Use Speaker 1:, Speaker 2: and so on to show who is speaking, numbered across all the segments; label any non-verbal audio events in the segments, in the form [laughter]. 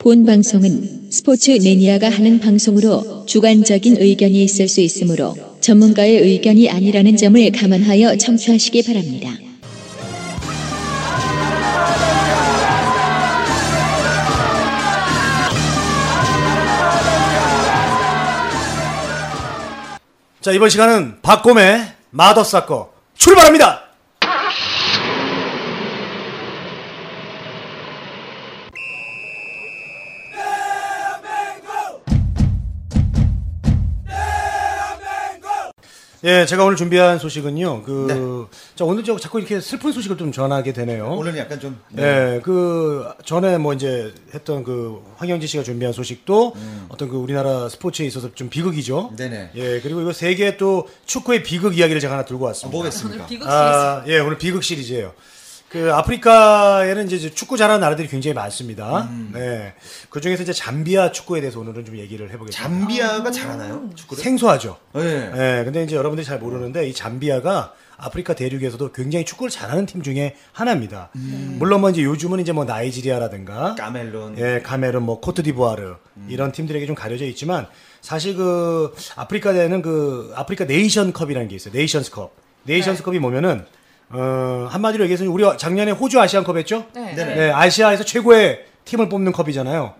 Speaker 1: 본 방송은 스포츠 매니아가 하는 방송으로 주관적인 의견이 있을 수 있으므로 전문가의 의견이 아니라는 점을 감안하여 청취하시기 바랍니다.
Speaker 2: 자 이번 시간은 박곰의 마더사건 출발합니다. 예, 제가 오늘 준비한 소식은요. 그, 자, 오늘 저 자꾸 이렇게 슬픈 소식을 좀 전하게 되네요.
Speaker 3: 네. 오늘은 약간 좀
Speaker 2: 어? 예, 그 전에 뭐 이제 했던 그 황영진 씨가 준비한 소식도 어떤 그 우리나라 스포츠에 있어서 좀 비극이죠.
Speaker 3: 음. 네네.
Speaker 2: 예, 그리고 이거 세계 또 축구의 비극 이야기를 제가 하나 들고 왔습니다.
Speaker 3: 뭐겠습니까?
Speaker 2: 아, 예, 오늘 비극 시리즈예요. 그 아프리카에는 이제 이제 축구 잘하는 나라들이 굉장히 많습니다.
Speaker 3: 음.
Speaker 2: 네, 그 중에서 이제 잠비아 축구에 대해서 오늘은 좀 얘기를 해보겠습니다.
Speaker 3: 잠비아가 잘하나요? 축구를?
Speaker 2: 생소하죠.
Speaker 3: 예.
Speaker 2: 예, 근데 이제 여러분들이 잘 모르는데 이 잠비아가 아프리카 대륙에서도 굉장히 축구를 잘하는 팀 중에 하나입니다. 물론 뭐 이제 요즘은 이제 뭐 나이지리아라든가
Speaker 3: 까멜론.
Speaker 2: 예, 카메룬 뭐 코트디부아르 이런 팀들에게 좀 가려져 있지만 사실 그 아프리카 대는 그 아프리카 네이션 컵이라는 게 있어요. 네이션스 컵. 네이션스 컵이 뭐면은 어, 한마디로 얘기해서 우리 작년에 호주 아시안컵 했죠?
Speaker 4: 네.
Speaker 3: 네네.
Speaker 2: 네, 아시아에서 최고의 팀을 뽑는 컵이잖아요.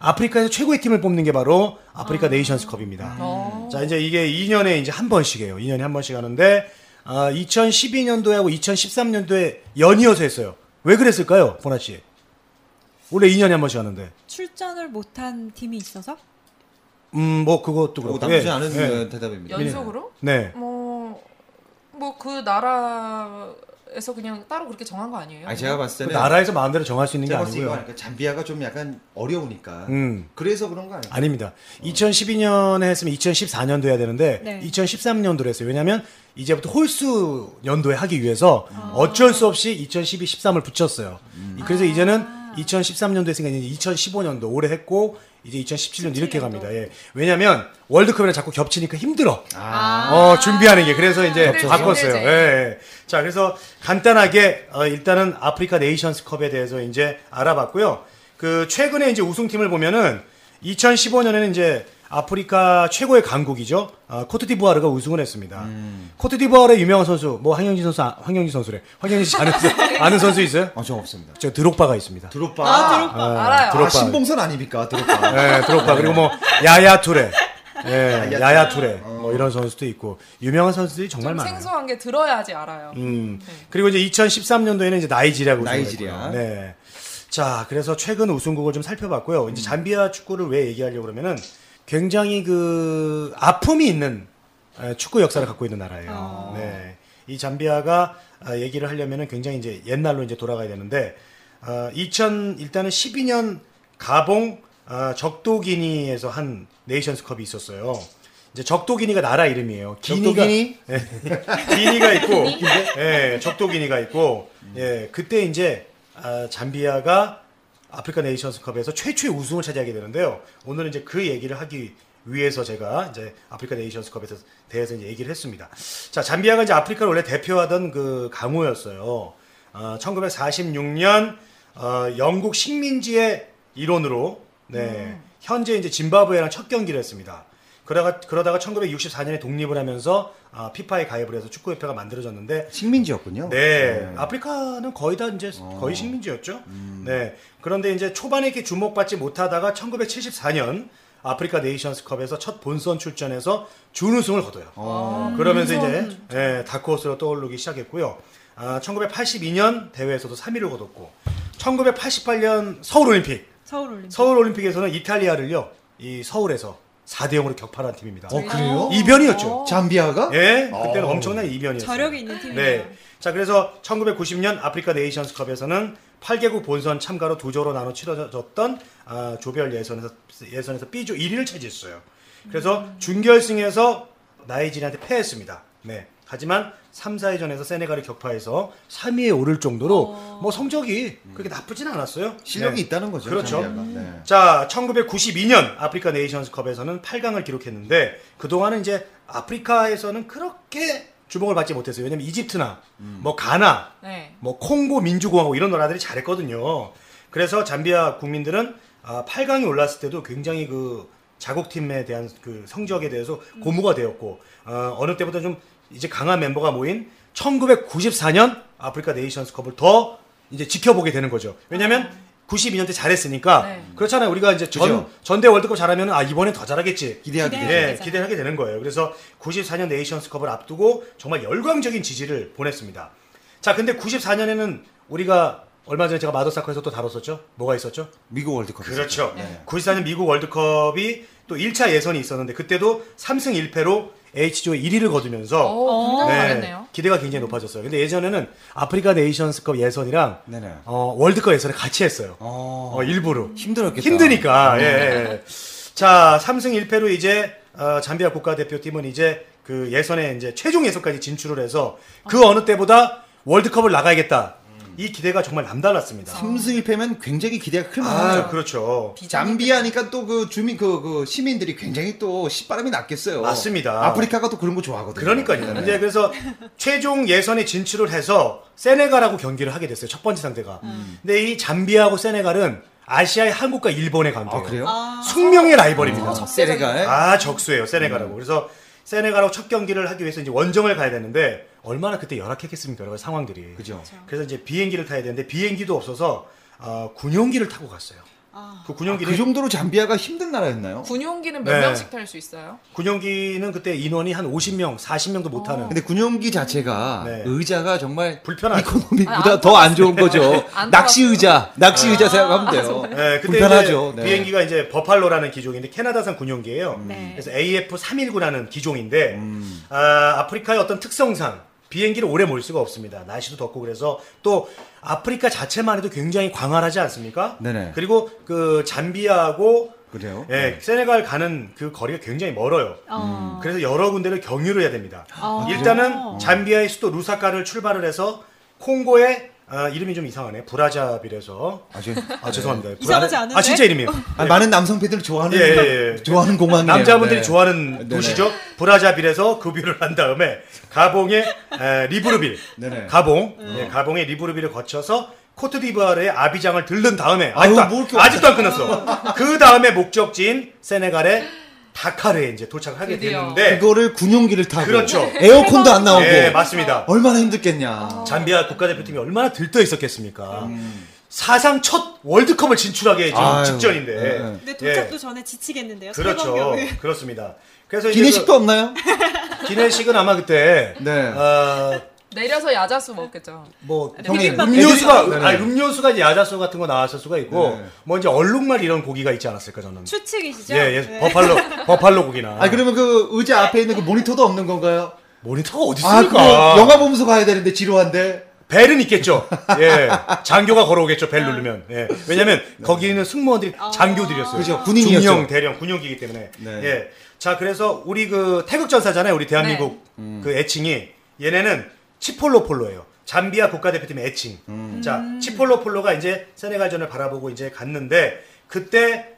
Speaker 2: 아프리카에서 최고의 팀을 뽑는 게 바로 네. 아프리카 네이션스 컵입니다. 음.
Speaker 5: 어.
Speaker 2: 자, 이제 이게 2년에 이제 한 번씩 해요. 2년에 한 번씩 하는데, 아, 2012년도하고 2013년도에 연이어서 했어요. 왜 그랬을까요, 보나 씨? 원래 2년에 한 번씩 하는데.
Speaker 4: 출전을 못한 팀이 있어서
Speaker 2: 음, 뭐, 그것도
Speaker 3: 뭐
Speaker 2: 그렇고.
Speaker 3: 나쁘지
Speaker 2: 예,
Speaker 3: 않은
Speaker 2: 예.
Speaker 3: 대답입니다.
Speaker 5: 연속으로?
Speaker 2: 네.
Speaker 5: 뭐, 뭐 그 나라에서 그냥 따로 그렇게 정한 거 아니에요?
Speaker 3: 아니 제가 봤을 때는
Speaker 2: 그 나라에서 마음대로 정할 수 있는 게
Speaker 3: 네. 제가 봤을 때 이거
Speaker 2: 아니고요.
Speaker 3: 하니까 잠비아가 좀 약간 어려우니까.
Speaker 2: 음.
Speaker 3: 그래서 그런 거 아닐까?
Speaker 2: 아닙니다. 2012년에 했으면 2014년도 해야 되는데
Speaker 4: 네.
Speaker 2: 2013년도로 했어요. 왜냐하면 이제부터 홀수 연도에 하기 위해서 어쩔 수 없이 2012, 13을 붙였어요. 그래서 이제는 2013년도 했으니까 이제 2015년도 올해 했고 이제 2017년 도 이렇게 갑니다. 예. 왜냐하면 월드컵이랑 자꾸 겹치니까 힘들어. 어, 준비하는 게 그래서 이제
Speaker 5: 힘들지,
Speaker 2: 바꿨어요.
Speaker 5: 힘들지.
Speaker 2: 예, 예. 자, 그래서 간단하게 어, 일단은 아프리카 네이션스 컵에 대해서 이제 알아봤고요. 그 최근에 이제 우승팀을 보면은 2015년에는 이제 아프리카 최고의 강국이죠. 아, 코트디부아르가 우승을 했습니다. 코트디부아르의 유명한 선수, 뭐 황영진 선수, 아, 황영진 선수래. 황영진 씨 아는,
Speaker 5: [laughs]
Speaker 2: 선수- 아는 선수 있어요?
Speaker 3: 아, 저 없습니다.
Speaker 2: 저 드록바가 있습니다.
Speaker 3: 드롭바.
Speaker 2: 예. 아,
Speaker 5: 알아요.
Speaker 3: 아, 신봉선 아닙니까?
Speaker 2: [laughs]
Speaker 3: 드롭바.
Speaker 2: 예, 드록바 그리고 뭐 야야 투레, 예,
Speaker 3: 야야
Speaker 2: 야야 투레 뭐 이런 선수도 있고 유명한 선수들이 정말
Speaker 5: 좀
Speaker 2: 많아요.
Speaker 5: 생소한 게 들어야지 알아요. 네.
Speaker 2: 음. 그리고 이제 2013년도에는 이제 나이지리아고
Speaker 3: 나이지리아.
Speaker 2: 네. 자, 그래서 최근 우승국을 좀 살펴봤고요.
Speaker 3: 음.
Speaker 2: 이제 잠비아 축구를 왜 얘기하려고 그러면은 굉장히 그 아픔이 있는 에, 축구 역사를 갖고 있는 나라예요.
Speaker 5: 어.
Speaker 2: 네. 이 잠비아가 아, 얘기를 하려면은 굉장히 이제 옛날로 이제 돌아가야 되는데 어, 2000 일단은 12년 가봉 아, 적도기니에서 한 네이션스컵이 있었어요. 이제 적도기니가 나라 이름이에요. 기니가
Speaker 3: 적도기니?
Speaker 2: [laughs] 기니가 있고, 예, 적도 기니가 있고, 예, 그때 이제 아, 잠비아가 아프리카 네이션스컵에서 최초의 우승을 차지하게 되는데요. 오늘은 이제 그 얘기를 하기 위해서 제가 이제 아프리카 네이션스컵에 대해서 이제 얘기를 했습니다. 자, 잠비아가 이제 아프리카를 원래 대표하던 그 강호였어요. 어, 1946년 어, 영국 식민지의 일원으로 네, 현재 이제 짐바브웨랑 첫 경기를 했습니다. 그러다가, 그러다가 1964년에 독립을 하면서 아, 피파에 가입을 해서 축구협회가 만들어졌는데
Speaker 3: 식민지였군요. 예.
Speaker 2: 네, 아프리카는 거의 다 이제 거의 식민지였죠. 네, 그런데 이제 초반에 이렇게 주목받지 못하다가 1974년 아프리카 네이션스컵에서 첫 본선 출전에서 준우승을 거둬요.
Speaker 3: 어.
Speaker 2: 그러면서 이제 예, 다크호스로 떠오르기 시작했고요. 아, 1982년 대회에서도 3위를 거뒀고, 1988년 서울올림픽
Speaker 4: 서울올림픽
Speaker 2: 서울올림픽에서는 이탈리아를요 이 서울에서 4대 0으로 격파한 팀입니다.
Speaker 3: 어, 그래요?
Speaker 2: 이변이었죠.
Speaker 3: 잠비아가?
Speaker 2: 예, 그때는
Speaker 3: 어.
Speaker 2: 엄청난 이변이었어요.
Speaker 4: 저력이 있는 팀이네요.
Speaker 2: 네. 자, 그래서 1990년 아프리카 네이션스컵에서는 8개국 본선 참가로 두 조로 나눠 치러졌던 아, 조별 예선에서 예선에서 B조 1위를 차지했어요. 그래서
Speaker 4: 음.
Speaker 2: 준결승에서 나이지리한테 패했습니다. 네. 하지만 3, 4위전에서 세네갈을 격파해서 3위에 오를 정도로
Speaker 4: 어.
Speaker 2: 뭐 성적이 그렇게 나쁘진 않았어요.
Speaker 3: 음. 실력이
Speaker 2: 네.
Speaker 3: 있다는 거죠.
Speaker 2: 그렇죠.
Speaker 3: 잠비아가. 네.
Speaker 2: 자, 1992년 아프리카 네이션스컵에서는 8강을 기록했는데 그동안은 이제 아프리카에서는 그렇게 주목을 받지 못했어요. 왜냐면 이집트나 뭐 가나
Speaker 5: 네.
Speaker 2: 뭐 콩고 민주공화국 이런 나라들이 잘했거든요. 그래서 잠비아 국민들은 아, 8강이 올랐을 때도 굉장히 그 자국팀에 대한 그 성적에 대해서 고무가 되었고 어, 어느 때보다 좀 이제 강한 멤버가 모인 1994년 아프리카 네이션스컵을 더 이제 지켜보게 되는 거죠. 왜냐하면 92년 때 잘했으니까
Speaker 5: 네.
Speaker 2: 그렇잖아요. 우리가 이제 전,
Speaker 3: 그죠.
Speaker 2: 전대 월드컵 잘하면 아 이번엔 더 잘하겠지.
Speaker 3: 기대하게
Speaker 4: 기대하게
Speaker 3: 되죠.
Speaker 2: 예,
Speaker 4: 되죠.
Speaker 2: 기대하게 되는 거예요. 그래서 94년 네이션스컵을 앞두고 정말 열광적인 지지를 보냈습니다. 자, 근데 94년에는 우리가 얼마 전에 제가 마더사커에서 또 다뤘었죠. 뭐가 있었죠?
Speaker 3: 미국 월드컵.
Speaker 2: 그렇죠.
Speaker 3: 네.
Speaker 2: 94년 미국 월드컵이 또 1차 예선이 있었는데 그때도 3승 1패로 H조 1위를 거두면서
Speaker 3: 어,
Speaker 5: 오, 어, 굉장히
Speaker 2: 네,
Speaker 5: 잘했네요.
Speaker 2: 기대가 굉장히 높아졌어요. 근데 예전에는 아프리카 네이션스컵 예선이랑
Speaker 3: 네네.
Speaker 2: 어, 월드컵 예선을 같이 했어요.
Speaker 3: 어,
Speaker 2: 어, 일부러.
Speaker 3: 힘들었겠다. 어.
Speaker 2: 힘드니까. 예, 예. 자, 3승 1패로 이제 어, 잠비아 국가대표팀은 이제 그 예선에 이제 최종 예선까지 진출을 해서
Speaker 3: 아.
Speaker 2: 그 어느 때보다 월드컵을 나가야겠다.
Speaker 3: 음.
Speaker 2: 이 기대가 정말 남달랐습니다.
Speaker 3: 3승 1패면 굉장히 기대가 클
Speaker 2: 아,
Speaker 3: 만하죠.
Speaker 2: 그렇죠.
Speaker 3: 잠비아니까 또 그 주민 그, 그 시민들이 굉장히 또 시바람이 났겠어요.
Speaker 2: 맞습니다.
Speaker 3: 아프리카가 또 그런 거 좋아하거든요. 네.
Speaker 2: 그러니까요. 이제 그래서 최종 예선에 진출을 해서 세네갈하고 경기를 하게 됐어요. 첫 번째 상대가.
Speaker 3: 음.
Speaker 2: 근데 이 잠비아하고 세네갈은 아시아의 한국과 일본의 관계.
Speaker 3: 아 그래요? 아,
Speaker 2: 숙명의 라이벌입니다.
Speaker 5: 어,
Speaker 3: 세네갈.
Speaker 2: 아 적수예요
Speaker 3: 음.
Speaker 2: 세네갈하고 그래서 세네갈하고 첫 경기를 하기 위해서 이제 원정을 가야 되는데 얼마나 그때 열악했겠습니까 여러 가지 상황들이
Speaker 3: 그죠.
Speaker 2: 래서 이제 비행기를 타야 되는데 비행기도 없어서 어, 군용기를 타고 갔어요 그
Speaker 3: 아,
Speaker 2: 군용기는
Speaker 3: 그 정도로 잠비아가 힘든 나라였나요?
Speaker 5: 군용기는 몇
Speaker 2: 네.
Speaker 5: 명씩 탈 수 있어요?
Speaker 2: 군용기는 그때 인원이 한 50명 40명도 못하는
Speaker 3: 근데 군용기 자체가
Speaker 2: 네.
Speaker 3: 의자가 정말
Speaker 2: 불편하죠.
Speaker 5: 아,
Speaker 3: 이코노미보다
Speaker 5: 안
Speaker 3: 더 안 좋은 거죠.
Speaker 5: 안 아,
Speaker 3: 낚시 의자, 낚시 의자 생각하면 돼요.
Speaker 2: 네, 그때
Speaker 3: 불편하죠.
Speaker 2: 이제
Speaker 3: 네.
Speaker 2: 비행기가 이제 버팔로라는 기종인데 캐나다산 군용기예요
Speaker 4: 네.
Speaker 2: 그래서 AF319라는 기종인데
Speaker 3: 음.
Speaker 2: 아, 아프리카의 어떤 특성상 비행기를 오래 몰 수가 없습니다. 날씨도 덥고 그래서 또 아프리카 자체만 해도 굉장히 광활하지 않습니까?
Speaker 3: 네네.
Speaker 2: 그리고 그 잠비아하고
Speaker 3: 그래요?
Speaker 2: 예, 세네갈 가는 그 거리가 굉장히 멀어요.
Speaker 4: 어.
Speaker 2: 음, 그래서 여러 군데를 경유를 해야 됩니다.
Speaker 4: 아,
Speaker 2: 일단은
Speaker 4: 그래요?
Speaker 2: 잠비아의 수도 루사카를 출발을 해서 콩고의 아, 이름이 좀 이상하네. 브라자빌에서
Speaker 3: 아, 저,
Speaker 2: 아 죄송합니다.
Speaker 4: 이상하지
Speaker 2: 브라-
Speaker 4: 않은데?
Speaker 2: 아 진짜 이름이에요.
Speaker 3: 아, 많은 남성 팬들이 좋아하는
Speaker 2: 예, 예, 예.
Speaker 3: 좋아하는 공항이에요.
Speaker 2: 남자분들이
Speaker 3: 네.
Speaker 2: 좋아하는
Speaker 3: 네네.
Speaker 2: 도시죠. 브라자빌에서 급유를 한 다음에 가봉의 에, 리브르빌,
Speaker 3: 네네.
Speaker 2: 가봉, 예, 가봉의 리브르빌을 거쳐서 코트디부아르의 아비장을 들른 다음에
Speaker 3: 아유,
Speaker 2: 아직도, 안-
Speaker 3: 뭐 이렇게
Speaker 2: 아직도 안 끝났어. 그 다음에 목적지인 세네갈의 다카르에 이제 도착하게
Speaker 5: 드디어.
Speaker 2: 됐는데
Speaker 3: 그거를 군용기를
Speaker 2: 네.
Speaker 3: 타고
Speaker 2: 그렇죠.
Speaker 3: 에어컨도 안 나오고
Speaker 2: 예, 맞습니다.
Speaker 3: 얼마나 힘들겠냐.
Speaker 2: 잠비아 국가대표팀이 얼마나 들떠 있었겠습니까? 사상 첫 월드컵을 진출하게 지금
Speaker 3: 음. 아유,
Speaker 2: 직전인데.
Speaker 3: 네, 네.
Speaker 4: 근데
Speaker 2: 예.
Speaker 4: 도착도 전에 지치겠는데요.
Speaker 2: 그렇죠.
Speaker 4: 새벽녘에.
Speaker 2: 그렇습니다. 그래서 이제
Speaker 3: 기내식도 없나요?
Speaker 2: 그 기내식은 아마 그때
Speaker 3: 네.
Speaker 2: 어,
Speaker 5: 내려서 야자수 먹겠죠.
Speaker 2: 뭐
Speaker 4: 형님, 비빔밥
Speaker 2: 음료수가
Speaker 4: 그
Speaker 3: 비빔밥.
Speaker 2: 아니, 음료수가 이제 야자수 같은 거 나왔을 수가 있고
Speaker 3: 네.
Speaker 2: 뭐 이제 얼룩말 이런 고기가 있지 않았을까 저는.
Speaker 4: [laughs] 추측이시죠?
Speaker 2: 예, 예.
Speaker 4: 네. [laughs]
Speaker 2: 버팔로 버팔로 고기나.
Speaker 3: 아 그러면 그 의자 앞에 있는 그 모니터도 없는 건가요?
Speaker 2: 모니터가 어디
Speaker 3: 아
Speaker 2: 있습니까?
Speaker 3: 그거 영화 보면서 가야 되는데 지루한데.
Speaker 2: 벨은
Speaker 3: [laughs]
Speaker 2: 있겠죠. 예. 장교가 걸어오겠죠.
Speaker 4: 아.
Speaker 2: 벨 누르면. 예. 왜냐면 거기는 승무원들이 장교들이었어요.
Speaker 3: 네. 그죠, 군인이었죠.
Speaker 2: 중령 대령 군용기이기 때문에.
Speaker 3: 네.
Speaker 2: 예. 자, 그래서 우리 그 태극전사잖아요. 우리 대한민국 그 애칭이 얘네는 치폴로폴로예요. 잠비아 국가대표팀의 애칭. 자, 치폴로폴로가 이제 세네갈전을 바라보고 이제 갔는데 그때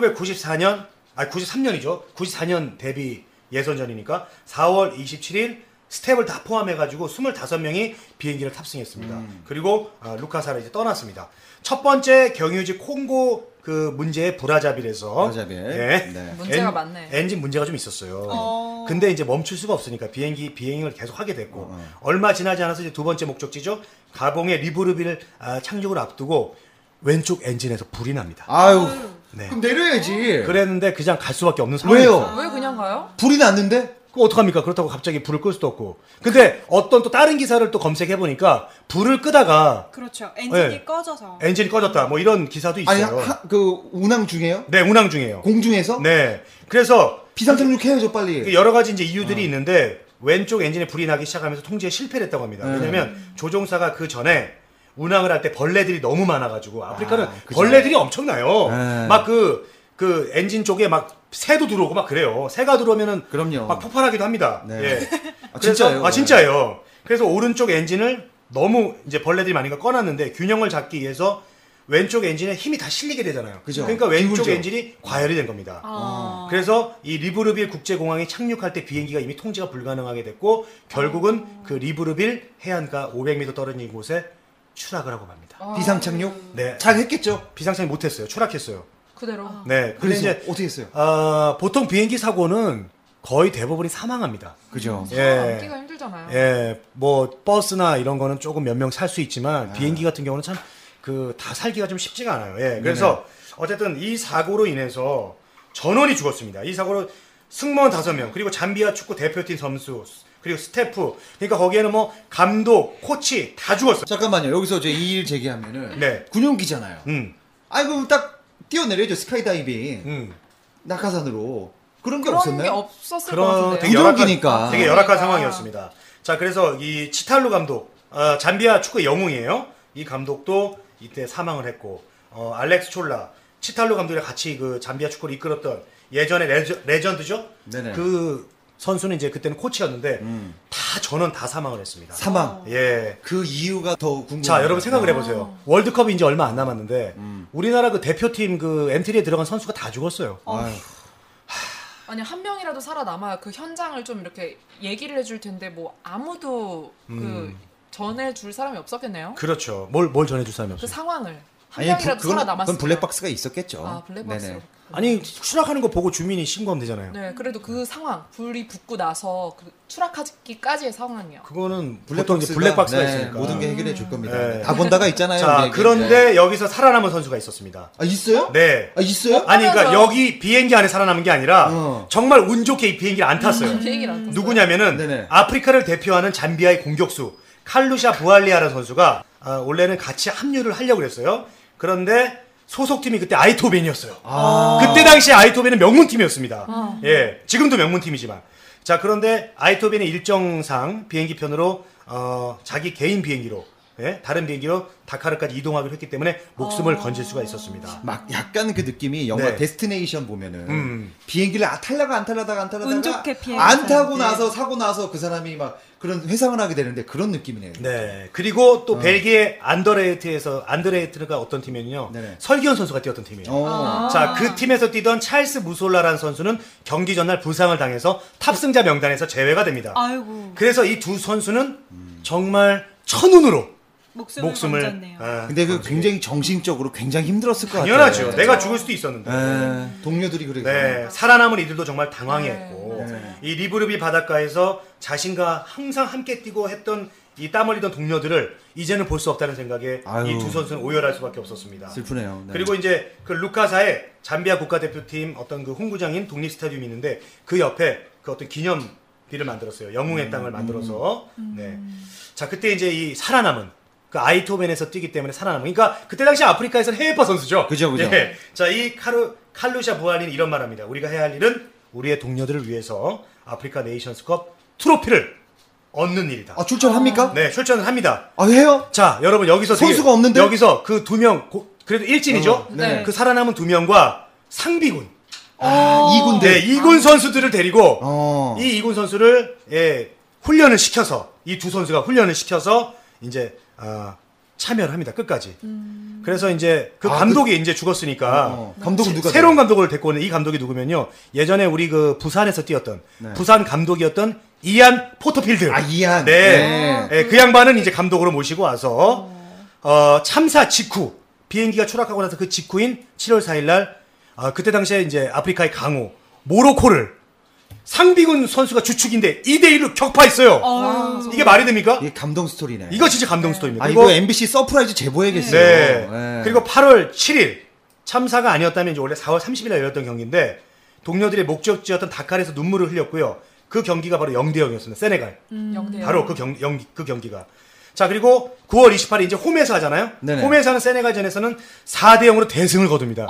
Speaker 2: 1994년 아 93년이죠. 94년 데뷔 예선전이니까 4월 27일 스텝을 다 포함해가지고 25명이 비행기를 탑승했습니다. 그리고 아, 루카사를 이제 떠났습니다. 첫 번째 경유지 콩고 그 문제의 브라자빌에서
Speaker 3: 브라자빌.
Speaker 2: 예.
Speaker 3: 네.
Speaker 5: 문제가 많네.
Speaker 2: 엔진 문제가 좀 있었어요.
Speaker 4: 어.
Speaker 2: 근데 이제 멈출 수가 없으니까 비행기 비행을 계속 하게 됐고
Speaker 3: 어,
Speaker 2: 얼마 지나지 않아서 이제 두 번째 목적지죠 가봉의 리브르빌 아, 착륙을 앞두고 왼쪽 엔진에서 불이 납니다.
Speaker 3: 아유.
Speaker 2: 네.
Speaker 3: 그럼 내려야지.
Speaker 2: 그랬는데 그냥 갈 수밖에 없는 상황이에요.
Speaker 3: 왜요?
Speaker 5: 왜 그냥 가요?
Speaker 3: 불이 났는데?
Speaker 2: 그 어떡합니까? 그렇다고 갑자기 불을 끌 수도 없고. 근데 어떤 또 다른 기사를 또 검색해 보니까 불을 끄다가
Speaker 4: 그렇죠. 엔진이
Speaker 2: 예.
Speaker 4: 꺼져서.
Speaker 2: 엔진이 꺼졌다. 뭐 이런 기사도
Speaker 3: 아니
Speaker 2: 있어요.
Speaker 3: 하, 그 운항 중에요?
Speaker 2: 네, 운항 중이에요.
Speaker 3: 공중에서?
Speaker 2: 네. 그래서
Speaker 3: 비상착륙 해야죠 빨리.
Speaker 2: 그 여러 가지 이제
Speaker 3: 어.
Speaker 2: 이유들이 있는데 왼쪽 엔진에 불이 나기 시작하면서 통제에 실패를 했다고 합니다.
Speaker 3: 네.
Speaker 2: 왜냐면 조종사가 그 전에 운항을 할 때 벌레들이 너무 많아가지고 아프리카는
Speaker 3: 아, 그죠.
Speaker 2: 벌레들이 엄청나요.
Speaker 3: 네.
Speaker 2: 막 그 그 엔진 쪽에 막 새도 들어오고 막 그래요. 새가 들어오면은
Speaker 3: 그럼요.
Speaker 2: 막 폭발하기도 합니다.
Speaker 3: 네.
Speaker 2: 예.
Speaker 3: 아,
Speaker 2: 그래서-
Speaker 3: 진짜예요.
Speaker 2: 아, 진짜예요. 그래서 오른쪽 엔진을 너무 이제 벌레들이 많으니까 꺼놨는데 균형을 잡기 위해서 왼쪽 엔진에 힘이 다 실리게 되잖아요.
Speaker 3: 그죠.
Speaker 2: 그러니까 왼쪽
Speaker 3: 기울죠.
Speaker 2: 엔진이 과열이 된 겁니다.
Speaker 4: 아.
Speaker 2: 어, 그래서 이 리브르빌 국제공항에 착륙할 때 비행기가 이미 통제가 불가능하게 됐고 결국은 그 리브르빌 해안가 500m 떨어진 곳에 추락을 하고 맙니다.
Speaker 5: 아,
Speaker 3: 비상착륙?
Speaker 2: 네.
Speaker 3: 잘 했겠죠?
Speaker 2: 비상착륙 못했어요. 추락했어요.
Speaker 5: 그대로.
Speaker 2: 네. 근데
Speaker 3: 그래서
Speaker 2: 이제
Speaker 3: 어떻게 했어요?
Speaker 2: 아, 보통 비행기 사고는 거의 대부분이 사망합니다.
Speaker 3: 그죠.
Speaker 5: 예.
Speaker 2: 예.
Speaker 5: 기가 힘들잖아요.
Speaker 2: 예, 뭐 버스나 이런 거는 조금 몇 명 살 수 있지만 비행기 같은 경우는 참 그 다 살기가 좀 쉽지가 않아요. 예, 그래서 어쨌든 이 사고로 인해서 전원이 죽었습니다. 이 사고로 승무원 다섯 명 그리고 잠비아 축구 대표팀 선수 그리고 스태프 그러니까 거기에는 뭐 감독, 코치 다 죽었어요.
Speaker 3: 잠깐만요. 여기서 이제 이일 제기하면은
Speaker 2: 네.
Speaker 3: 군용기잖아요.
Speaker 2: 음,
Speaker 3: 아이고 딱 뛰어내려죠 스카이다이빙
Speaker 2: 음.
Speaker 3: 낙하산으로 그런 게
Speaker 5: 그런
Speaker 3: 없었나요?
Speaker 5: 게 없었을 것
Speaker 2: 그런
Speaker 5: 같은데.
Speaker 2: 되게
Speaker 5: 요
Speaker 3: 운동기니까.
Speaker 2: 열악한, 되게 열악한
Speaker 5: 그러니까.
Speaker 2: 상황이었습니다. 자, 그래서 이 치탈루 감독, 아, 잠비아 축구 영웅이에요. 이 감독도 이때 사망을 했고, 어, 알렉스 촐라, 치탈루 감독이랑 같이 그 잠비아 축구를 이끌었던 예전의 레저, 레전드죠?
Speaker 3: 네네.
Speaker 2: 그 선수는 이제 그때는 코치였는데,
Speaker 3: 음.
Speaker 2: 다 전원 다 사망을 했습니다.
Speaker 5: 어.
Speaker 3: 사망. 음.
Speaker 2: 예.
Speaker 3: 그 이유가 더 궁금해요.
Speaker 2: 자, 여러분 생각을 해보세요.
Speaker 5: 음.
Speaker 2: 월드컵이 이제 얼마 안 남았는데,
Speaker 3: 음.
Speaker 2: 우리나라 그 대표팀 그 엔트리에 들어간 선수가 다 죽었어요.
Speaker 3: 아유,
Speaker 5: 아니 한 명이라도 살아남아야 그 현장을 좀 이렇게 얘기를 해줄 텐데 뭐 아무도 그
Speaker 2: 음.
Speaker 5: 전해 줄 사람이
Speaker 3: 아.
Speaker 5: 없었겠네요. 그,
Speaker 2: 그렇죠. 뭘, 뭘 전해줄 사람이 없어요.
Speaker 5: 상황을 한
Speaker 3: 아니 그,
Speaker 5: 명이라도
Speaker 3: 그건,
Speaker 5: 살아남았으면.
Speaker 3: 그건 블랙박스가 있었겠죠.
Speaker 5: 아 블랙박스.
Speaker 3: 네네.
Speaker 2: 아니, 추락하는 거 보고 주민이 신고하면 되잖아요.
Speaker 5: 네, 그래도 그 상황 불이 붙고 나서 그 추락하기까지의 상황이요.
Speaker 2: 그거는 보통 이제
Speaker 3: 블랙박스가,
Speaker 2: 블랙박스가
Speaker 3: 네,
Speaker 2: 있으니까.
Speaker 3: 모든 게 해결해 줄 겁니다.
Speaker 2: 네.
Speaker 3: 다 본다가 있잖아요.
Speaker 2: [laughs] 자,
Speaker 3: 우리에게. 네.
Speaker 2: 그런데 여기서 살아남은 선수가 있었습니다.
Speaker 3: 아 있어요?
Speaker 2: 네.
Speaker 3: 아 있어요?
Speaker 2: 아니, 그러니까
Speaker 5: 하면서-
Speaker 2: 여기 비행기 안에 살아남은 게 아니라
Speaker 3: 어.
Speaker 2: 정말 운 좋게 이 비행기를 안 탔어요.
Speaker 5: 비행기를 안 탔어요.
Speaker 2: 네. 누구냐면은
Speaker 3: 네네.
Speaker 2: 아프리카를 대표하는 잠비아의 공격수 칼루샤 부알리아라는 선수가 아, 원래는 같이 합류를 하려고 그랬어요. 그런데 소속팀이 그때 아이토벤이었어요. 그때 당시 아이토벤은 명문팀이었습니다. 예, 지금도 명문팀이지만. 자, 그런데 아이토벤의 일정상 비행기 편으로 어, 자기 개인 비행기로 예, 다른 비행기로 다카르까지 이동하기로 했기 때문에 목숨을 건질 수가 있었습니다.
Speaker 3: 막 약간 그 느낌이 영화
Speaker 2: 네.
Speaker 3: 데스티네이션 보면은
Speaker 2: 음.
Speaker 3: 비행기를 아, 타려고 안 타려다가 안 타려다가
Speaker 4: 운 좋게 피해간
Speaker 3: 안 타고
Speaker 4: 사람.
Speaker 3: 나서 사고 나서 그 사람이 막 그런 회상을 하게 되는데 그런 느낌이네요.
Speaker 2: 네. 그리고
Speaker 3: 음.
Speaker 2: 또 벨기에 안더레이트에서 안더레이트가 어떤 팀이냐면요.
Speaker 3: 네네.
Speaker 2: 설기현 선수가 뛰었던 팀이에요.
Speaker 3: 어.
Speaker 2: 자, 그 팀에서 뛰던 찰스 무솔라라는 선수는 경기 전날 부상을 당해서 탑승자 명단에서 제외가 됩니다.
Speaker 4: 아이고
Speaker 2: 그래서 이 두 선수는 정말 천운으로
Speaker 4: 목숨을,
Speaker 2: 목숨을
Speaker 4: 건졌네요.
Speaker 2: 아,
Speaker 3: 근데 그 굉장히 정신적으로 굉장히 힘들었을 것 같아요.
Speaker 2: 당연하죠.
Speaker 3: 네.
Speaker 2: 내가 죽을 수도 있었는데.
Speaker 3: 에, 동료들이 그래요.
Speaker 2: 네, 살아남은 이들도 정말 당황했고
Speaker 4: 네,
Speaker 2: 이 리브르비 바닷가에서 자신과 항상 함께 뛰고 했던 이 땀 흘리던 동료들을 이제는 볼 수 없다는 생각에
Speaker 3: 아유.
Speaker 2: 이 두 선수는 오열할 수밖에 없었습니다.
Speaker 3: 슬프네요. 네.
Speaker 2: 그리고 이제 그 루카사의 잠비아 국가대표팀 어떤 그 홍구장인 독립 스타디움이 있는데 그 옆에 그 어떤 기념비를 만들었어요. 영웅의
Speaker 3: 음.
Speaker 2: 땅을 만들어서. 네. 자, 그때 이제 이 살아남은 그 아이토벤에서 뛰기 때문에 살아남은. 그러니까 그때 당시 아프리카에서는 해외파 선수죠.
Speaker 3: 그죠, 그죠.
Speaker 2: 예. 자, 이 카루, 칼루샤 부알린 이런 말합니다. 우리가 해야 할 일은 우리의 동료들을 위해서 아프리카 네이션스컵 트로피를 얻는 일이다.
Speaker 3: 아 출전합니까?
Speaker 2: 네, 출전을 합니다.
Speaker 3: 아 해요?
Speaker 2: 자, 여러분 여기서 되게-
Speaker 3: 선수가 없는데?
Speaker 2: 여기서 그 두 명 그래도 일진이죠.
Speaker 3: 어,
Speaker 5: 네.
Speaker 2: 그 살아남은 두 명과 상비군,
Speaker 3: 아 이군데.
Speaker 2: 네 이군 선수들을 데리고
Speaker 3: 어.
Speaker 2: 이 이군 선수를 예, 훈련을 시켜서 이 두 선수가 훈련을 시켜서 이제 아, 참여를 합니다 끝까지. 그래서 이제 그
Speaker 3: 아,
Speaker 2: 감독이 이제 죽었으니까 음.
Speaker 3: 어, 감독은 누가
Speaker 2: 새로운
Speaker 3: 돼요?
Speaker 2: 감독을 데리고 오는 이 감독이 누구면요 예전에 우리 그 부산에서 뛰었던
Speaker 3: 네.
Speaker 2: 부산 감독이었던 이안 포터필드.
Speaker 3: 아 이한.
Speaker 2: 네. 예, 그 양반은 이제 감독으로 모시고 와서 어, 참사 직후 비행기가 추락하고 나서 그 직후인 7월 4일날 아, 그때 당시에 이제 아프리카의 강호 모로코를 상비군 선수가 주축인데 2대 1로 격파했어요.
Speaker 4: 아,
Speaker 5: 와,
Speaker 2: 이게 말이 됩니까?
Speaker 3: 이게 감동 스토리네.
Speaker 2: 이거 진짜 감동 스토리입니다.
Speaker 3: 예. 아 이거 MBC 서프라이즈 제보해야겠어요.
Speaker 2: 네.
Speaker 3: 네.
Speaker 2: 그리고 8월 7일 참사가 아니었다면 이제 원래 4월 30일에 열렸던 경기인데 동료들의 목적지였던 다카르에서 눈물을 흘렸고요. 그 경기가 바로 0대 0이었습니다. 세네갈.
Speaker 5: 영대
Speaker 2: 바로 그 경, 영, 그 경기가. 자, 그리고 9월 28일 이제 홈에서 하잖아요?
Speaker 3: 네네.
Speaker 2: 홈에서 하는 세네갈전에서는 4대 0으로 대승을 거둡니다.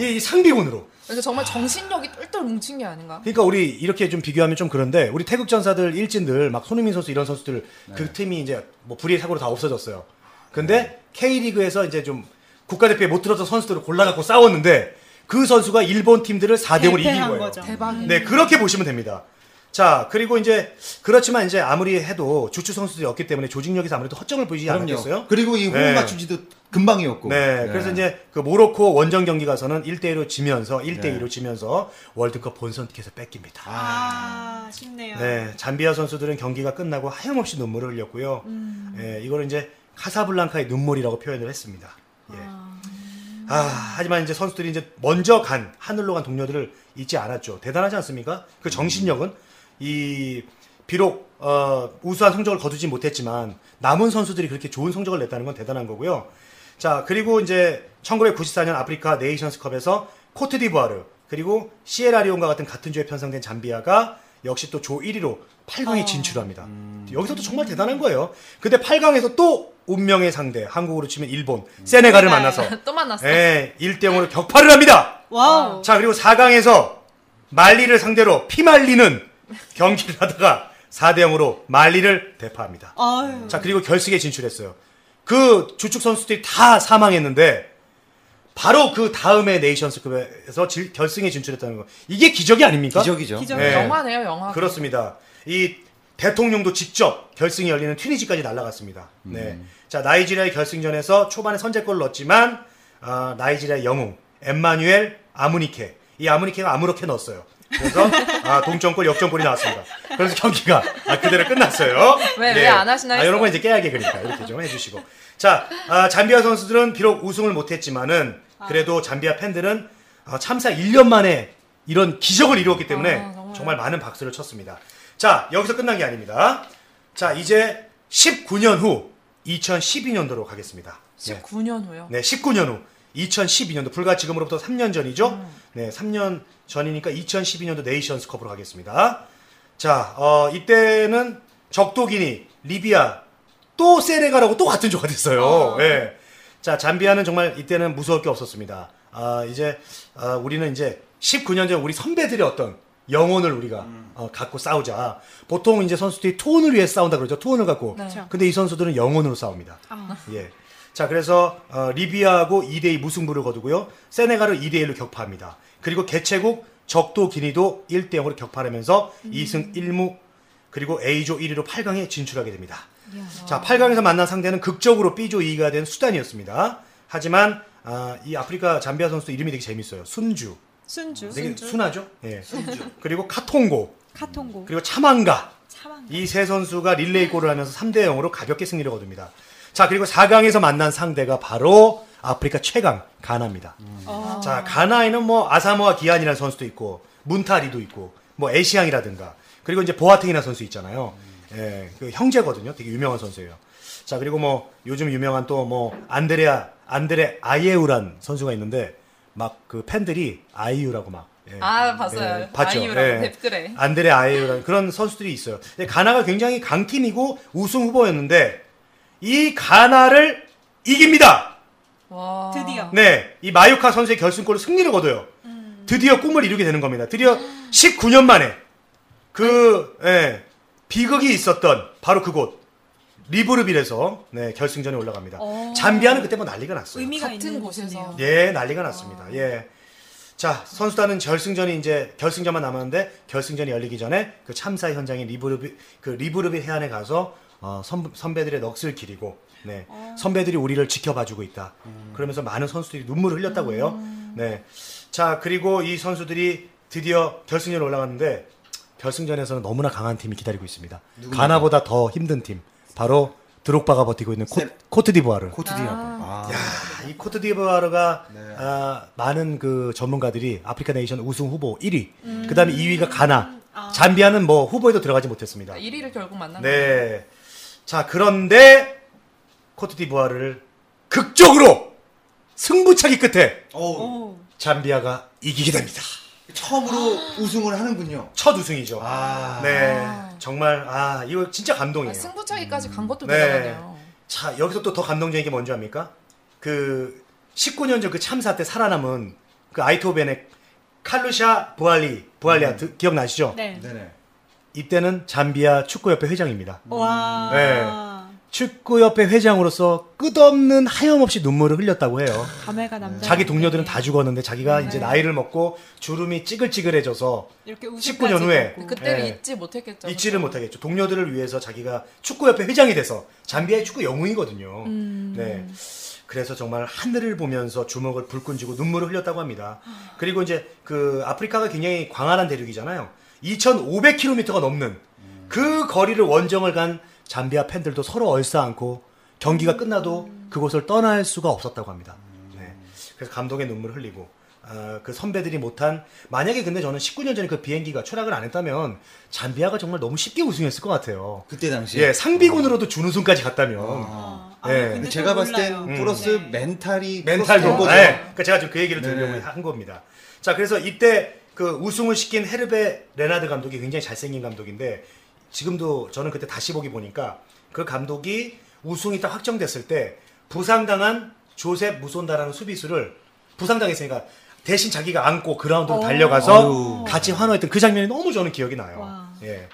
Speaker 2: 이, 이 상비군으로.
Speaker 5: 그러니까 정말 정신력이 똘똘 뭉친 게 아닌가.
Speaker 2: 그러니까 우리 이렇게 좀 비교하면 좀 그런데 우리 태극 전사들 일진들 막 손흥민 선수 이런 선수들
Speaker 3: 네.
Speaker 2: 그 팀이 이제 뭐 불의의 사고로 다 없어졌어요. 근데 K리그에서 이제 좀 국가대표에 못 들었던 선수들을 골라갖고 싸웠는데 그 선수가 일본 팀들을 4대 0으로 이긴
Speaker 4: 대패한
Speaker 2: 거예요.
Speaker 4: 거죠.
Speaker 5: 대박이네.
Speaker 2: 네, 그렇게 보시면 됩니다. 자, 그리고 이제 그렇지만 이제 아무리 해도 주축 선수들이 없기 때문에 조직력에서 아무래도 허점을 보이지 않겠어요?
Speaker 3: 그리고 이 호흡
Speaker 2: 네.
Speaker 3: 맞추지도 금방이었고.
Speaker 2: 네, 그래서 이제 그 모로코 원정 경기 가서는 1대 1로 지면서 1대
Speaker 3: 네.
Speaker 2: 1로 지면서 월드컵 본선 티켓을 뺏깁니다.
Speaker 4: 아, 아쉽네요.
Speaker 2: 네, 잠비아 선수들은 경기가 끝나고 하염없이 눈물을
Speaker 4: 음.
Speaker 2: 흘렸고요. 예, 이걸 이제 카사블랑카의 눈물이라고 표현을 했습니다. 예. 아, 하지만 이제 선수들이 이제 먼저 간 하늘로 간 동료들을 잊지 않았죠. 대단하지 않습니까? 그 정신력은 이 비록 어, 우수한 성적을 거두지 못했지만 남은 선수들이 그렇게 좋은 성적을 냈다는 건 대단한 거고요. 자 그리고 이제 1994년 아프리카 네이션스컵에서 코트디부아르 그리고 시에라리온과 같은 같은 조에 편성된 잠비아가 역시 또 조 1위로 8강에
Speaker 5: 어.
Speaker 2: 진출합니다. 여기서도 정말 대단한 거예요. 근데 8강에서 또 운명의 상대 한국으로 치면 일본 세네갈을 만나서
Speaker 5: [laughs] 또 만났어.
Speaker 2: 예, 1대 0으로 격파를 합니다.
Speaker 4: 와우.
Speaker 2: 자, 그리고 4강에서 말리를 상대로 피말리는 경기를 하다가 4대 0으로 말리를 대파합니다.
Speaker 4: 아유.
Speaker 2: 자, 그리고 결승에 진출했어요. 그 주축 선수들이 다 사망했는데 바로 그 다음에 네이션스컵에서 질- 결승에 진출했다는 거. 이게 기적이 아닙니까?
Speaker 3: 기적이죠.
Speaker 4: 기적.
Speaker 2: 네.
Speaker 5: 영화네요, 영화.
Speaker 2: 그렇습니다. 이 대통령도 직접 결승이 열리는 튀니지까지 날아갔습니다. 네. 자, 나이지리아의 결승전에서 초반에 선제골을 넣었지만 아, 나이지리아의 영웅 엠마뉴엘 아무니케 이 아무니케가 아무렇게 넣었어요. 그래서 아, 동점골 역전골이 나왔습니다. 그래서 경기가 아, 그대로 끝났어요.
Speaker 5: 왜,
Speaker 2: 네.
Speaker 5: 왜안 하시나
Speaker 2: 아, 이런
Speaker 5: 했어요.
Speaker 2: 건 이제 깨야게 그러니까 이렇게 좀 해주시고 자 아, 잠비아 선수들은 비록 우승을 못했지만은 그래도 잠비아 팬들은 아, 참사 1년 만에 이런 기적을 이루었기 때문에
Speaker 5: 아, 정말.
Speaker 2: 정말 많은 박수를 쳤습니다. 자 여기서 끝난 게 아닙니다. 자 이제 19년 후 2012년도로 가겠습니다. 네.
Speaker 5: 19년 후요.
Speaker 2: 네, 19년 후 2012년도 불과 지금으로부터 3년 전이죠. 네, 3년 전이니까 2012년도 네이션스컵으로 가겠습니다. 자, 어, 이때는 적도기니, 리비아, 또 세네가라고 또 같은 조가 됐어요.
Speaker 5: 아.
Speaker 2: 예. 자, 잠비아는 정말 이때는 무서울 게 없었습니다. 아, 이제 아, 우리는 이제 19년 전 우리 선배들의 어떤 영혼을 우리가
Speaker 5: 음.
Speaker 2: 어, 갖고 싸우자. 보통 이제 선수들이 투혼을 위해 싸운다 그러죠. 투혼을 갖고.
Speaker 5: 네.
Speaker 2: 근데 이 선수들은 영혼으로 싸웁니다. 예. 자, 그래서 어, 리비아하고 2대 2 무승부를 거두고요. 세네갈을 2대 1로 격파합니다. 그리고 개최국 적도 기니도 1대 0으로 격파하면서
Speaker 4: 음.
Speaker 2: 2승 1무 그리고 A조 1위로 8강에 진출하게 됩니다. 자, 8강에서 만난 상대는 극적으로 B조 2위가 된 수단이었습니다. 하지만 아, 이 아프리카 잠비아 선수 이름이 되게 재밌어요. 순주.
Speaker 4: 순주.
Speaker 2: 되게
Speaker 4: 순주.
Speaker 2: 순하죠? 예. 그리고 카통고,
Speaker 4: 카통고.
Speaker 2: 그리고 차망가.
Speaker 4: 차만.
Speaker 2: 이 세 선수가 릴레이 골을 하면서 3대 0으로 가볍게 승리를 거둡니다. 자, 그리고 4강에서 만난 상대가 바로 아프리카 최강 가나입니다.
Speaker 5: 아.
Speaker 4: 어.
Speaker 2: 자, 가나에는 뭐 아사모아 기안이라는 선수도 있고 문타리도 있고 뭐 에시앙이라든가 그리고 이제 보아팅이라는 선수 있잖아요. 예, 그 형제거든요. 되게 유명한 선수예요. 자, 그리고 뭐 요즘 유명한 또 뭐 안드레아 안드레 아이에우란 선수가 있는데 막 그 팬들이 아이유라고 막 예,
Speaker 5: 아, 봤어요.
Speaker 2: 예, 봤죠.
Speaker 5: 아이유라고
Speaker 2: 예.
Speaker 5: 댓글에.
Speaker 2: 안드레 아이유라는 그런 선수들이 있어요. 근데 가나가 굉장히 강팀이고 우승 후보였는데 이 가나를 이깁니다.
Speaker 5: 와.
Speaker 4: 드디어.
Speaker 2: 네, 이 마유카 선수의 결승골로 승리를 거둬요. 드디어 꿈을 이루게 되는 겁니다. 드디어 19년 만에 그 예, 비극이 있었던 바로 그곳 리브르빌에서 네, 결승전에 올라갑니다.
Speaker 4: 오.
Speaker 2: 잠비아는 그때 뭐 난리가 났어요.
Speaker 4: 의미가 있는
Speaker 5: 같은 곳에서.
Speaker 4: 곳이네요.
Speaker 2: 예, 난리가 났습니다. 예. 자, 선수단은 결승전이 이제 결승전만 남았는데 결승전이 열리기 전에 그 참사 현장인 리브르비 그 리브르비 해안에 가서 어, 선, 선배들의 넋을 기리고 네. 선배들이 우리를 지켜봐 주고 있다. 그러면서 많은 선수들이 눈물을 흘렸다고 해요. 네. 자, 그리고 이 선수들이 드디어 결승전에 올라갔는데 결승전에서는 너무나 강한 팀이 기다리고 있습니다.
Speaker 3: 누굽니까?
Speaker 2: 가나보다 더 힘든 팀. 바로 드록바가 버티고 있는 코,
Speaker 3: 세-
Speaker 2: 코트디부아르.
Speaker 3: 코트디아브. 아.
Speaker 2: 아, 이 코트디부아르가
Speaker 3: 네.
Speaker 2: 아, 많은 그 전문가들이 아프리카 네이션 우승 후보 1위, 그다음에 2위가 가나, 잠비아는 뭐 후보에도 들어가지 못했습니다.
Speaker 5: 1위를 결국 만난 거예요.
Speaker 2: 네, 자 그런데 코트디부아르를 극적으로 승부차기 끝에
Speaker 3: 어,
Speaker 4: 오.
Speaker 2: 잠비아가 이기게 됩니다.
Speaker 3: 처음으로 우승을 하는군요.
Speaker 2: 첫 우승이죠.
Speaker 3: 아.
Speaker 2: 네, 정말 아 이거 진짜 감동이에요.
Speaker 5: 아, 승부차기까지 간 것도
Speaker 2: 네.
Speaker 5: 대단하네요.
Speaker 2: 자, 여기서 또 더 감동적인 게 뭔지 압니까? 그 19년 전 그 참사 때 살아남은 그 아이토벤의 칼루샤 부알리, 부알리아 드- 기억나시죠?
Speaker 4: 네.
Speaker 3: 네네.
Speaker 2: 이때는 잠비아 축구협회 회장입니다.
Speaker 4: 와.
Speaker 2: 네. 축구협회 회장으로서 끝없는 하염없이 눈물을 흘렸다고 해요.
Speaker 4: 감회가 남자.
Speaker 2: 네. 자기 동료들은 다 죽었는데 자기가 이제 나이를 먹고 주름이 찌글찌글해져서
Speaker 4: 이렇게
Speaker 2: 19년 후에
Speaker 5: 그때를
Speaker 2: 네.
Speaker 5: 잊지 못했겠죠.
Speaker 2: 잊지를 못하겠죠. 동료들을 위해서 자기가 축구협회 회장이 돼서 잠비아의 축구 영웅이거든요. 네. 그래서 정말 하늘을 보면서 주먹을 불끈 쥐고 눈물을 흘렸다고 합니다. 그리고 이제 그 아프리카가 굉장히 광활한 대륙이잖아요. 2,500km가 넘는 그 거리를 원정을 간 잠비아 팬들도 서로 얼싸안고 경기가 끝나도 그곳을 떠날 수가 없었다고 합니다. 네. 그래서 감동의 눈물 흘리고 아, 그 선배들이 못한 만약에 근데 저는 19년 전에 그 비행기가 추락을 안 했다면 잠비아가 정말 너무 쉽게 우승했을 것 같아요.
Speaker 3: 그때 당시에
Speaker 2: 예, 상비군으로도 준우승까지 갔다면
Speaker 3: 아.
Speaker 4: 아,
Speaker 2: 예. 음.
Speaker 4: 근데 또
Speaker 3: 제가 봤을 땐
Speaker 4: 몰라요.
Speaker 3: 플러스
Speaker 4: 네.
Speaker 3: 멘탈이 플러스인
Speaker 2: 멘탈도.
Speaker 3: 거죠.
Speaker 2: 네. 그러니까 제가 지금 그 얘기를 들으려고
Speaker 3: 네네.
Speaker 2: 한 겁니다. 자, 그래서 이때 그 우승을 시킨 헤르베 레나드 감독이 굉장히 잘생긴 감독인데 지금도 저는 그때 다시 보기 보니까 그 감독이 우승이 딱 확정됐을 때 부상당한 조셉 무손다라는 수비수를 부상당했으니까 대신 자기가 안고 그라운드로
Speaker 4: 어.
Speaker 2: 달려가서
Speaker 3: 아유.
Speaker 2: 같이 환호했던 그 장면이 너무 저는 기억이 나요.
Speaker 4: 와.
Speaker 2: 예.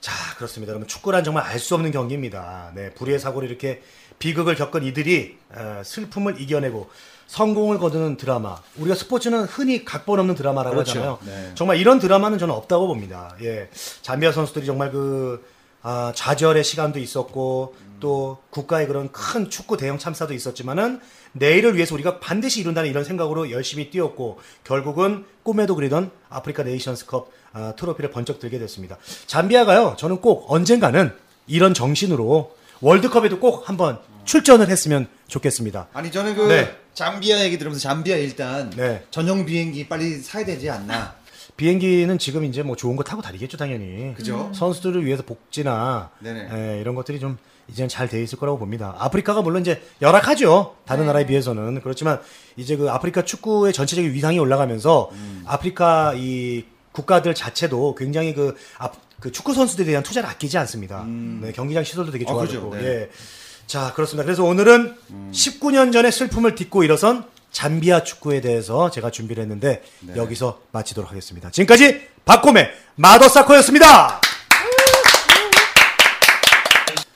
Speaker 2: 자, 그렇습니다. 여러분, 축구란 정말 알 수 없는 경기입니다. 네, 불의의 사고로 이렇게 비극을 겪은 이들이 어, 슬픔을 이겨내고 성공을 거두는 드라마. 우리가 스포츠는 흔히 각본 없는 드라마라고
Speaker 3: 그렇죠.
Speaker 2: 하잖아요.
Speaker 3: 네.
Speaker 2: 정말 이런 드라마는 저는 없다고 봅니다. 예. 잠비아 선수들이 정말 그 아, 좌절의 시간도 있었고 또 국가의 그런 큰 축구 대형 참사도 있었지만은 내일을 위해서 우리가 반드시 이룬다는 이런 생각으로 열심히 뛰었고 결국은 꿈에도 그리던 아프리카 네이션스컵 아, 트로피를 번쩍 들게 됐습니다. 잠비아가요. 저는 꼭 언젠가는 이런 정신으로 월드컵에도 꼭 한번 출전을 했으면 좋겠습니다.
Speaker 3: 아니 저는 그
Speaker 2: 네.
Speaker 3: 잠비아 얘기 들으면서 잠비아 일단
Speaker 2: 네.
Speaker 3: 전용 비행기 빨리 사야 되지 않나.
Speaker 2: 비행기는 지금 이제 뭐 좋은 거 타고 다니겠죠 당연히.
Speaker 3: 그죠?
Speaker 2: 선수들을 위해서 복지나
Speaker 3: 네네.
Speaker 2: 예, 이런 것들이 좀 이제는 잘 돼 있을 거라고 봅니다. 아프리카가 물론 이제 열악하죠. 다른 나라에 비해서는 그렇지만 이제 그 아프리카 축구의 전체적인 위상이 올라가면서
Speaker 3: 음.
Speaker 2: 아프리카 이 국가들 자체도 굉장히 그, 아, 그 축구 선수들에 대한 투자를 아끼지 않습니다. 네, 경기장 시설도 되게
Speaker 3: 아, 그죠.
Speaker 2: 좋아하고.
Speaker 3: 네.
Speaker 2: 예. 자, 그렇습니다. 그래서 오늘은 19년 전의 슬픔을 딛고 일어선 잠비아 축구에 대해서 제가 준비를 했는데
Speaker 3: 네.
Speaker 2: 여기서 마치도록 하겠습니다. 지금까지 박홈의 마더사커였습니다.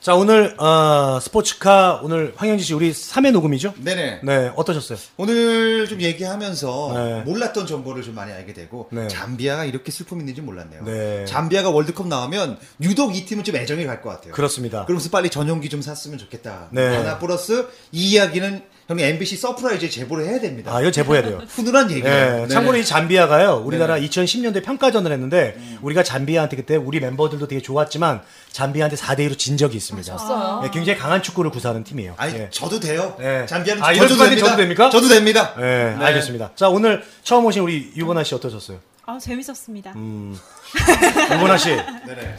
Speaker 2: 자, 오늘 어, 스포츠카 오늘 황현지 씨 우리 3회 녹음이죠?
Speaker 3: 네네.
Speaker 2: [laughs] 네, 어떠셨어요?
Speaker 3: 오늘 좀 얘기하면서
Speaker 2: 네.
Speaker 3: 몰랐던 정보를 좀 많이 알게 되고
Speaker 2: 네.
Speaker 3: 잠비아가 이렇게 슬픔이 있는지 몰랐네요.
Speaker 2: 네.
Speaker 3: 잠비아가 월드컵 나오면 유독 이 팀은 좀 애정이 갈 것 같아요.
Speaker 2: 그렇습니다.
Speaker 3: 러면서 빨리 전용기 좀 샀으면 좋겠다.
Speaker 2: 네.
Speaker 3: 하나 플러스 이 이야기는 형님 MBC 서프라이즈에 제보를 해야 됩니다.
Speaker 2: 아, 이거 제보해야 돼요.
Speaker 3: 훈훈한 얘기예요.
Speaker 2: 예, 참고로 이 잠비아가요, 우리나라
Speaker 3: 네. 네네. 음.
Speaker 2: 2010년도에 평가전을 했는데, 우리가 잠비아한테 그때 우리 멤버들도 되게 좋았지만, 잠비아한테 4대2로 진 적이 있습니다.
Speaker 4: 그렇죠.
Speaker 5: 졌어요.
Speaker 2: 예, 굉장히 강한 축구를 구사하는 팀이에요.
Speaker 3: 아니
Speaker 2: 예.
Speaker 3: 저도 돼요.
Speaker 2: 예.
Speaker 3: 잠비아는
Speaker 2: 아, 이런
Speaker 3: 저도
Speaker 2: 순간이
Speaker 3: 됩니다.
Speaker 2: 저도 됩니까?
Speaker 3: 저도 됩니다. 네.
Speaker 2: 예, 알겠습니다. 자, 오늘 처음 오신 우리 유보나 씨 어떠셨어요?
Speaker 4: 아, 재밌었습니다.
Speaker 2: 음, 유보나 씨.
Speaker 3: 네네.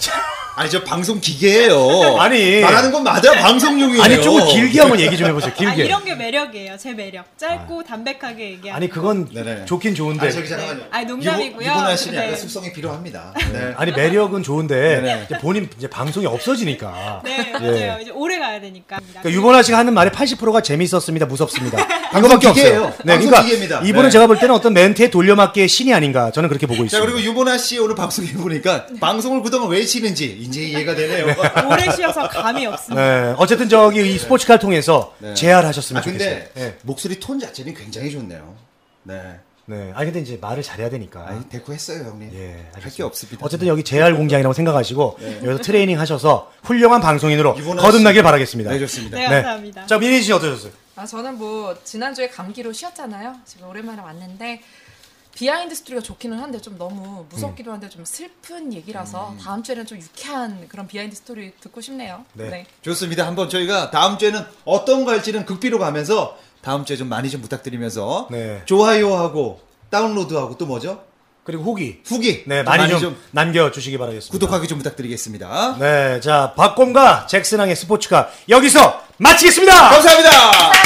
Speaker 3: 아니 저 방송 기계예요.
Speaker 2: 아니.
Speaker 3: 말하는 건 맞아 방송용이에요.
Speaker 2: 아니, 조금 길게 한번 얘기 좀 해보세요,
Speaker 4: 아,
Speaker 2: 길게. 아.
Speaker 4: 이런 게 매력이에요. 제 매력. 짧고 담백하게 얘기하는.
Speaker 2: 아니, 그건
Speaker 3: 네네.
Speaker 2: 좋긴 좋은데.
Speaker 3: 아니, 저기 잠깐만요.
Speaker 4: 아니, 농담이고요.
Speaker 3: 유보나 씨는 약간
Speaker 4: [laughs] 네.
Speaker 3: 습성이 필요합니다. 네.
Speaker 2: 아니, 매력은 좋은데,
Speaker 3: 네네.
Speaker 2: 이제 본인 이제 방송이 없어지니까.
Speaker 4: 네, 맞아요. 이제 오래 가야 되니까.
Speaker 2: 예. 그러니까 유보나 씨가 하는 말의 80%가 재밌었습니다, 무섭습니다. 그거밖에
Speaker 3: [laughs] 방송 기계예요.
Speaker 2: 없어요. 네,
Speaker 3: 방송
Speaker 2: 그러니까
Speaker 3: 기계입니다.
Speaker 2: 이분은
Speaker 3: 네.
Speaker 2: 제가 볼 때는 어떤 멘트의 돌려막기의 신이 아닌가 저는 그렇게 보고 있습니다.
Speaker 3: 자 그리고 유보나 씨 오늘 방송 해보니까 방송을 그동안 왜 치는지 이제 이해가 되네요. 아,
Speaker 4: 오래 쉬어서 감이 없습니다.
Speaker 2: 네, 어쨌든 저기 이 스포츠카를 통해서
Speaker 3: 네.
Speaker 2: 재활하셨으면 네.
Speaker 3: 아
Speaker 2: 좋겠어요.
Speaker 3: 근데 목소리 톤 자체는 굉장히 좋네요. 네.
Speaker 2: 네, 아니 근데 이제 말을 잘해야 되니까.
Speaker 3: 아니 대꾸했어요 형님.
Speaker 2: 예,
Speaker 3: 할 게 없습니다. 네.
Speaker 2: 어쨌든 여기 재활 공장이라고 생각하시고 여기서 트레이닝 하셔서 훌륭한 방송인으로
Speaker 3: 유보나
Speaker 2: 거듭나길
Speaker 3: 씨.
Speaker 2: 바라겠습니다.
Speaker 3: 네 좋습니다.
Speaker 4: 네, 감사합니다.
Speaker 2: 자 민희 씨 어떠셨어요?
Speaker 5: 아, 저는 뭐 지난주에 감기로 쉬었잖아요. 지금 오랜만에 왔는데 비하인드 스토리가 좋기는 한데 좀 너무 무섭기도 한데 좀 슬픈 얘기라서 다음 주에는 좀 유쾌한 그런 비하인드 스토리 듣고 싶네요.
Speaker 2: 네.
Speaker 3: 좋습니다. 한번 저희가 다음 주에는 어떤 거 할지는 극비로 가면서 다음 주에 좀 많이 좀 부탁드리면서
Speaker 2: 네.
Speaker 3: 좋아요하고 다운로드하고 또 뭐죠?
Speaker 2: 그리고 후기
Speaker 3: 후기
Speaker 2: 네 많이, 좀, 남겨주시기 바라겠습니다.
Speaker 3: 구독하기 좀 부탁드리겠습니다.
Speaker 2: 네, 자 박곰과 잭슨왕의 스포츠카 여기서 마치겠습니다.
Speaker 3: 감사합니다.